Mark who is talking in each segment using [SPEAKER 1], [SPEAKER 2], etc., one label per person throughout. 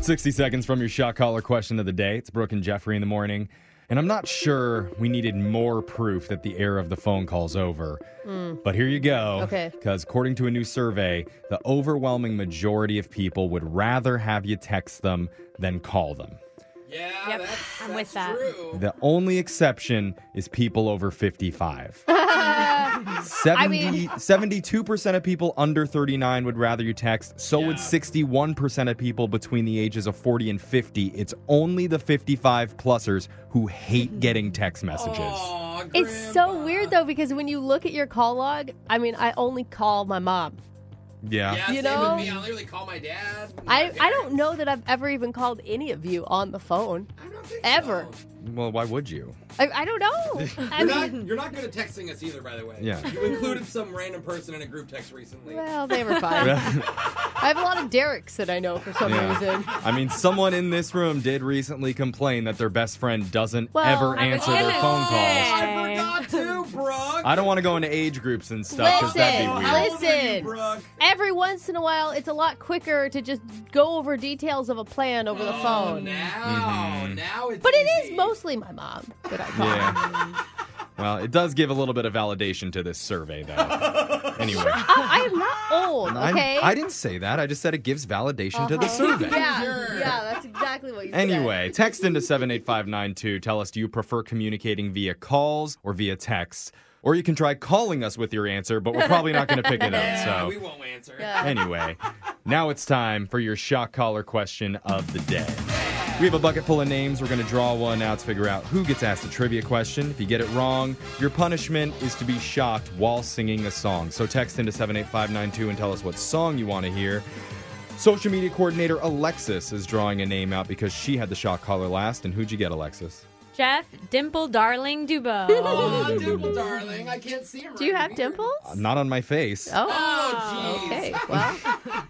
[SPEAKER 1] 60 seconds from your shot caller question of the day. It's Brooke and Jeffrey in the morning. And I'm not sure we needed more proof that the era of the phone call's over. But here you go.
[SPEAKER 2] Okay.
[SPEAKER 1] Because according to a new survey, the overwhelming majority of people would rather have you text them than call them.
[SPEAKER 3] Yeah,
[SPEAKER 4] Yep,
[SPEAKER 3] that's,
[SPEAKER 4] I'm
[SPEAKER 3] that's
[SPEAKER 4] with that.
[SPEAKER 3] True.
[SPEAKER 1] The only exception is people over 55. 70,
[SPEAKER 2] mean-
[SPEAKER 1] 72% of people under 39 would rather you text. So would
[SPEAKER 3] Yeah.
[SPEAKER 1] 61% of people between the ages of 40 and 50. It's only the 55 plusers who hate getting text messages.
[SPEAKER 3] Aw,
[SPEAKER 2] It's so
[SPEAKER 3] Grandma.
[SPEAKER 2] weird though because when you look at your call log, I mean, I only call my mom.
[SPEAKER 1] Yeah.
[SPEAKER 3] Yeah,
[SPEAKER 2] You
[SPEAKER 3] same
[SPEAKER 2] know?
[SPEAKER 3] with me. I literally call my dad.
[SPEAKER 2] I,
[SPEAKER 3] my
[SPEAKER 2] I don't
[SPEAKER 3] parents.
[SPEAKER 2] know that I've ever even called any of you on the phone.
[SPEAKER 3] I don't think
[SPEAKER 2] ever.
[SPEAKER 3] so.
[SPEAKER 1] Well, why would you?
[SPEAKER 2] I, I don't know. I
[SPEAKER 3] You're not,
[SPEAKER 2] mean,
[SPEAKER 3] you're not good at texting us either, by the way.
[SPEAKER 1] Yeah.
[SPEAKER 3] You included some random person in a group text recently.
[SPEAKER 2] well, they were fine. I have a lot of Derek's that I know for some
[SPEAKER 1] Yeah.
[SPEAKER 2] reason.
[SPEAKER 1] I mean, someone in this room did recently complain that their best friend doesn't
[SPEAKER 2] Well,
[SPEAKER 1] ever
[SPEAKER 2] I was
[SPEAKER 1] answer their
[SPEAKER 4] gonna
[SPEAKER 1] phone
[SPEAKER 4] say.
[SPEAKER 1] calls.
[SPEAKER 3] Oh, I forgot to, Brooke.
[SPEAKER 1] I don't want to go into age groups and stuff because that'd be
[SPEAKER 2] Listen,
[SPEAKER 1] weird.
[SPEAKER 3] How old are you,
[SPEAKER 2] Listen.
[SPEAKER 3] Brooke?
[SPEAKER 2] Every once in a while, it's a lot quicker to just go over details of a plan over the
[SPEAKER 3] Oh,
[SPEAKER 2] phone.
[SPEAKER 3] now,
[SPEAKER 1] Mm-hmm.
[SPEAKER 3] now it's.
[SPEAKER 2] But it
[SPEAKER 3] easy.
[SPEAKER 2] is mostly my mom that I call.
[SPEAKER 1] Yeah. Well, it does give a little bit of validation to this survey, though. anyway,
[SPEAKER 2] I, I am not old,
[SPEAKER 1] I'm-
[SPEAKER 2] okay?
[SPEAKER 1] I didn't say that. I just said it gives validation to the
[SPEAKER 2] Uh-huh.
[SPEAKER 1] survey.
[SPEAKER 2] Yeah,
[SPEAKER 3] Sure.
[SPEAKER 2] yeah, that's exactly what you said.
[SPEAKER 1] Anyway, text into 78592. Tell us do you prefer communicating via calls or via text? Or you can try calling us with your answer, but we're probably not going to pick it up.
[SPEAKER 3] Yeah,
[SPEAKER 1] So,
[SPEAKER 3] we won't answer.
[SPEAKER 2] Yeah.
[SPEAKER 1] anyway, now it's time for your shock collar question of the day. We have a bucket full of names. We're going to draw one out to figure out who gets asked the trivia question. If you get it wrong, your punishment is to be shocked while singing a song. So text into 78592 and tell us what song you want to hear. Social media coordinator Alexis is drawing a name out because she had the shock collar last. And who'd you get, Alexis?
[SPEAKER 4] Jeff Dimple Darling Dubo.
[SPEAKER 3] Aw, dimple, darling. I can't see him.
[SPEAKER 2] Do you have dimples?
[SPEAKER 1] Not on my face.
[SPEAKER 2] Oh,
[SPEAKER 3] Oh, jeez.
[SPEAKER 2] okay. Well,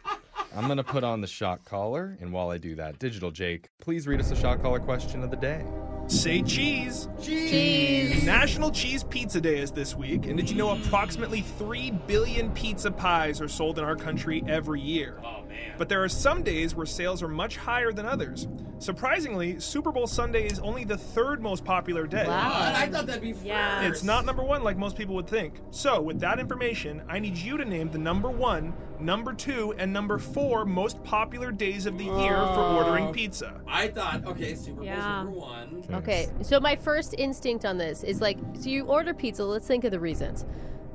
[SPEAKER 1] I'm going to put on the shock collar. And while I do that, Digital Jake, please read us the shock collar question of the day.
[SPEAKER 5] Say cheese.
[SPEAKER 2] jeez.
[SPEAKER 5] National Cheese Pizza Day is this week, and did you know approximately 3 billion pizza pies are sold in our country every year?
[SPEAKER 3] Oh man.
[SPEAKER 5] But there are some days where sales are much higher than others. Surprisingly, Super Bowl Sunday is only the third most popular day.
[SPEAKER 2] Wow.
[SPEAKER 3] I thought that'd be first.
[SPEAKER 4] Yeah.
[SPEAKER 5] It's not number one like most people would think. So, with that information, I need you to name the number one, number two, and number four most popular days of the year for ordering pizza.
[SPEAKER 3] I thought, okay, Super Bowl's
[SPEAKER 4] Yeah.
[SPEAKER 3] number one.
[SPEAKER 2] Okay, so my first instinct on this is like, so you order pizza, let's think of the reasons.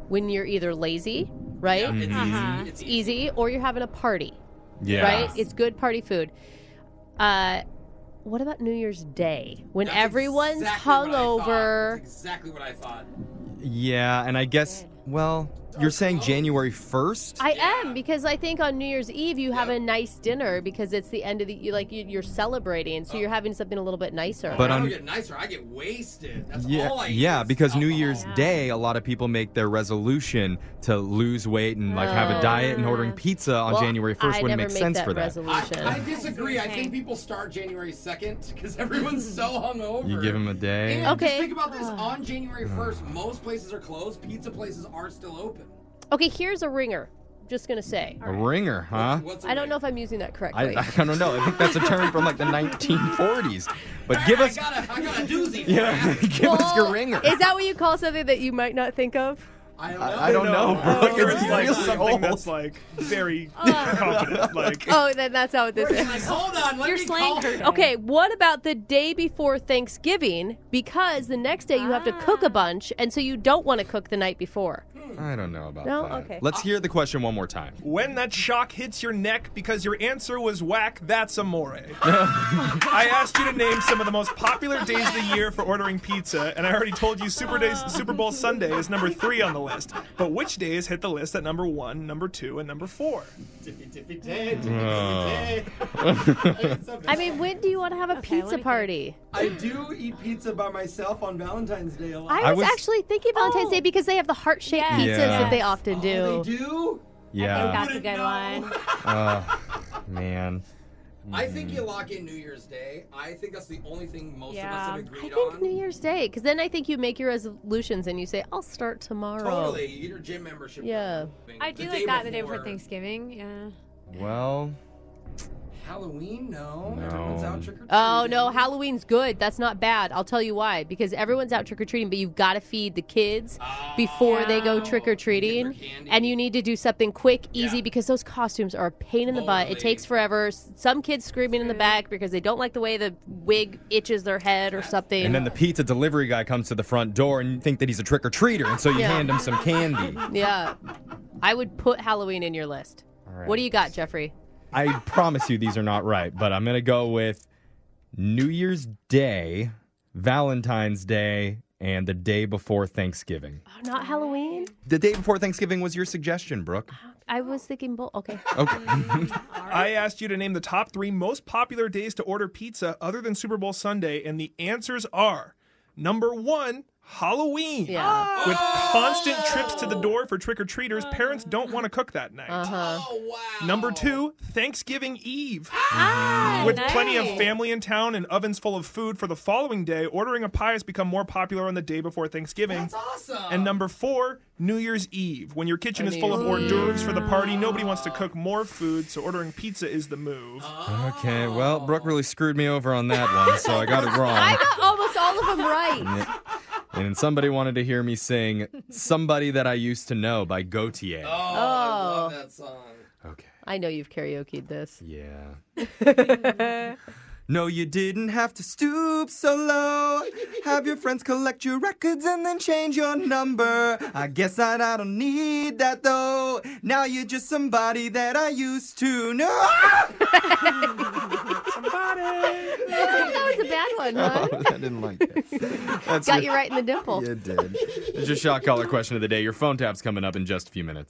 [SPEAKER 2] When you're either lazy, right?
[SPEAKER 3] Yep, it's
[SPEAKER 4] Uh-huh.
[SPEAKER 1] Mm-hmm.
[SPEAKER 3] easy. It's
[SPEAKER 2] It's
[SPEAKER 3] easy.
[SPEAKER 2] easy, or you're having a party,
[SPEAKER 1] Yeah.
[SPEAKER 2] right? It's good party food. Uh, what about New Year's Day when
[SPEAKER 3] That's
[SPEAKER 2] everyone's
[SPEAKER 3] exactly what I thought.
[SPEAKER 2] hungover?
[SPEAKER 3] That's exactly what I thought.
[SPEAKER 1] Yeah, and I guess, well, you're saying January 1st?
[SPEAKER 2] I
[SPEAKER 3] Yeah.
[SPEAKER 2] am because I think on New Year's Eve you have a nice dinner because it's the end of the you like you, you're celebrating, so you're having something a little bit nicer.
[SPEAKER 1] But
[SPEAKER 3] I don't
[SPEAKER 1] on-
[SPEAKER 3] get nicer. I get wasted. That's all
[SPEAKER 1] yeah,
[SPEAKER 3] I eat
[SPEAKER 1] yeah,
[SPEAKER 3] is
[SPEAKER 1] because New
[SPEAKER 3] alcohol.
[SPEAKER 1] Year's
[SPEAKER 4] Yeah.
[SPEAKER 1] Day, a lot of people make their resolution to lose weight and like have a diet, and ordering pizza on
[SPEAKER 2] Oh. Well,
[SPEAKER 1] January 1st
[SPEAKER 2] I
[SPEAKER 1] wouldn't make
[SPEAKER 2] never make
[SPEAKER 1] sense
[SPEAKER 2] that
[SPEAKER 1] for that.
[SPEAKER 3] I,
[SPEAKER 2] resolution.
[SPEAKER 3] I disagree. I
[SPEAKER 4] saying.
[SPEAKER 3] think people start January 2nd because everyone's so hungover.
[SPEAKER 1] You give them a day.
[SPEAKER 3] And
[SPEAKER 2] Okay.
[SPEAKER 3] just think about this. On January 1st, most places are closed. Pizza places are still open.
[SPEAKER 2] okay, here's a ringer. I'm just gonna say,
[SPEAKER 1] A ringer, huh?
[SPEAKER 3] What's
[SPEAKER 2] I don't know
[SPEAKER 3] a-
[SPEAKER 2] if I'm using that
[SPEAKER 1] I,
[SPEAKER 2] correctly.
[SPEAKER 1] I don't know. I think that's a term from like the 1940s. But give
[SPEAKER 3] I
[SPEAKER 1] us,
[SPEAKER 3] got a, I got a doozy.
[SPEAKER 1] yeah, give us your
[SPEAKER 2] Well,
[SPEAKER 1] ringer.
[SPEAKER 2] Oh, Is that what you call something that you might not think of?
[SPEAKER 3] I don't know.
[SPEAKER 1] I don't know, Brooke.
[SPEAKER 5] Or
[SPEAKER 1] It's
[SPEAKER 5] it's like
[SPEAKER 1] really
[SPEAKER 5] something
[SPEAKER 1] old.
[SPEAKER 5] that's like very confident. Like,
[SPEAKER 2] Oh, then that's not what this
[SPEAKER 3] Like,
[SPEAKER 2] is.
[SPEAKER 3] hold on. Let
[SPEAKER 4] You're
[SPEAKER 3] me
[SPEAKER 4] slang
[SPEAKER 3] call
[SPEAKER 4] her.
[SPEAKER 3] her.
[SPEAKER 2] Okay, what about the day before Thanksgiving? Because the next day you have to cook a bunch, and so you don't want to cook the night before.
[SPEAKER 1] I don't know about
[SPEAKER 2] No?
[SPEAKER 1] that.
[SPEAKER 2] Okay.
[SPEAKER 1] Let's hear the question one more time.
[SPEAKER 5] When that shock hits your neck because your answer was whack, that's amore. I asked you to name some of the most popular days of the year for ordering pizza, and I already told you Super Days, Super Bowl Sunday is number three on the list. But which days hit the list at number one, number two, and number four?
[SPEAKER 3] Dippy, dippy, day, dippy, dippy, day.
[SPEAKER 2] I mean, when do you want to have a
[SPEAKER 4] let
[SPEAKER 2] pizza
[SPEAKER 4] me
[SPEAKER 2] party?
[SPEAKER 3] I do eat pizza by myself on Valentine's Day a lot.
[SPEAKER 2] I was,
[SPEAKER 1] I was-
[SPEAKER 2] actually thinking Valentine's Day because they have the heart shaped
[SPEAKER 4] Yes.
[SPEAKER 2] pizzas
[SPEAKER 1] Yeah.
[SPEAKER 2] that they often do.
[SPEAKER 3] Oh, they do.
[SPEAKER 1] Yeah.
[SPEAKER 4] That's a good one.
[SPEAKER 1] Man.
[SPEAKER 3] I
[SPEAKER 5] Mm.
[SPEAKER 3] think you lock in New Year's Day. I think that's the only thing most of us
[SPEAKER 4] Yeah.
[SPEAKER 3] have
[SPEAKER 2] I
[SPEAKER 3] agreed
[SPEAKER 2] think
[SPEAKER 3] on.
[SPEAKER 2] New Year's Day, because then I think you make your resolutions and you say, I'll start tomorrow.
[SPEAKER 3] Totally, you get your gym membership.
[SPEAKER 2] Yeah.
[SPEAKER 3] thing.
[SPEAKER 4] I do
[SPEAKER 3] The
[SPEAKER 4] like that the day before
[SPEAKER 3] Thanksgiving.
[SPEAKER 4] Thanksgiving. Yeah.
[SPEAKER 1] Well,
[SPEAKER 3] Halloween? No.
[SPEAKER 1] No.
[SPEAKER 3] Everyone's out trick or treating.
[SPEAKER 2] Oh no, Halloween's good. That's not bad. I'll tell you why. Because everyone's out trick or treating, but you've got to feed the kids before they go
[SPEAKER 4] Yeah.
[SPEAKER 2] trick or treating,
[SPEAKER 3] Oh, Get their candy.
[SPEAKER 2] and you need to do something quick, easy,
[SPEAKER 3] Yeah.
[SPEAKER 2] because those costumes are a pain in the butt. It
[SPEAKER 3] Totally.
[SPEAKER 2] takes forever. S- Some kids screaming in the back because they don't like the way the wig itches their head or something.
[SPEAKER 1] And then the pizza delivery guy comes to the front door and you think that he's a trick or treater, and so you
[SPEAKER 2] Yeah.
[SPEAKER 1] hand him some candy.
[SPEAKER 2] yeah, I would put Halloween in your list.
[SPEAKER 1] right.
[SPEAKER 2] What do you got, Jeffrey?
[SPEAKER 1] I promise you these are not right, but I'm going to go with New Year's Day, Valentine's Day, and the day before Thanksgiving.
[SPEAKER 2] Oh, not Halloween.
[SPEAKER 1] The day before Thanksgiving was your suggestion, Brooke.
[SPEAKER 2] I was thinking, bull. Okay.
[SPEAKER 1] Okay.
[SPEAKER 5] I asked you to name the top three most popular days to order pizza other than Super Bowl Sunday, and the answers are number one, Halloween.
[SPEAKER 3] Ah!
[SPEAKER 2] Yeah.
[SPEAKER 5] With constant trips to the door for trick or treaters, parents don't want to cook that night.
[SPEAKER 2] Uh-huh.
[SPEAKER 3] Oh, wow.
[SPEAKER 5] Number two, Thanksgiving Eve.
[SPEAKER 4] Ah,
[SPEAKER 5] With
[SPEAKER 4] nice.
[SPEAKER 5] plenty of family in town and ovens full of food for the following day, ordering a pie has become more popular on the day before Thanksgiving.
[SPEAKER 3] That's awesome.
[SPEAKER 5] And number four, New Year's Eve. When your kitchen is
[SPEAKER 2] New
[SPEAKER 5] full of hors
[SPEAKER 2] Year's
[SPEAKER 5] d'oeuvres for the party, nobody wants to cook more food, so ordering pizza is the move.
[SPEAKER 1] okay. Well, Brooke really screwed me over on that one, so I got it wrong.
[SPEAKER 2] I got almost all of them right.
[SPEAKER 1] And then somebody wanted to hear me sing Somebody That I Used to Know by Gautier.
[SPEAKER 3] Oh, I love that song.
[SPEAKER 1] Okay.
[SPEAKER 2] I know you've karaoke'd this.
[SPEAKER 1] Yeah. no, you didn't have to stoop so low. Have your friends collect your records and then change your number. I guess I, I don't need that though. Now you're just somebody that I used to know.
[SPEAKER 2] that was a bad one, huh?
[SPEAKER 1] Oh, I didn't like that. That's
[SPEAKER 2] Got you right in the dimple.
[SPEAKER 1] It did. It's your shock collar question of the day. Your phone tap's coming up in just a few minutes.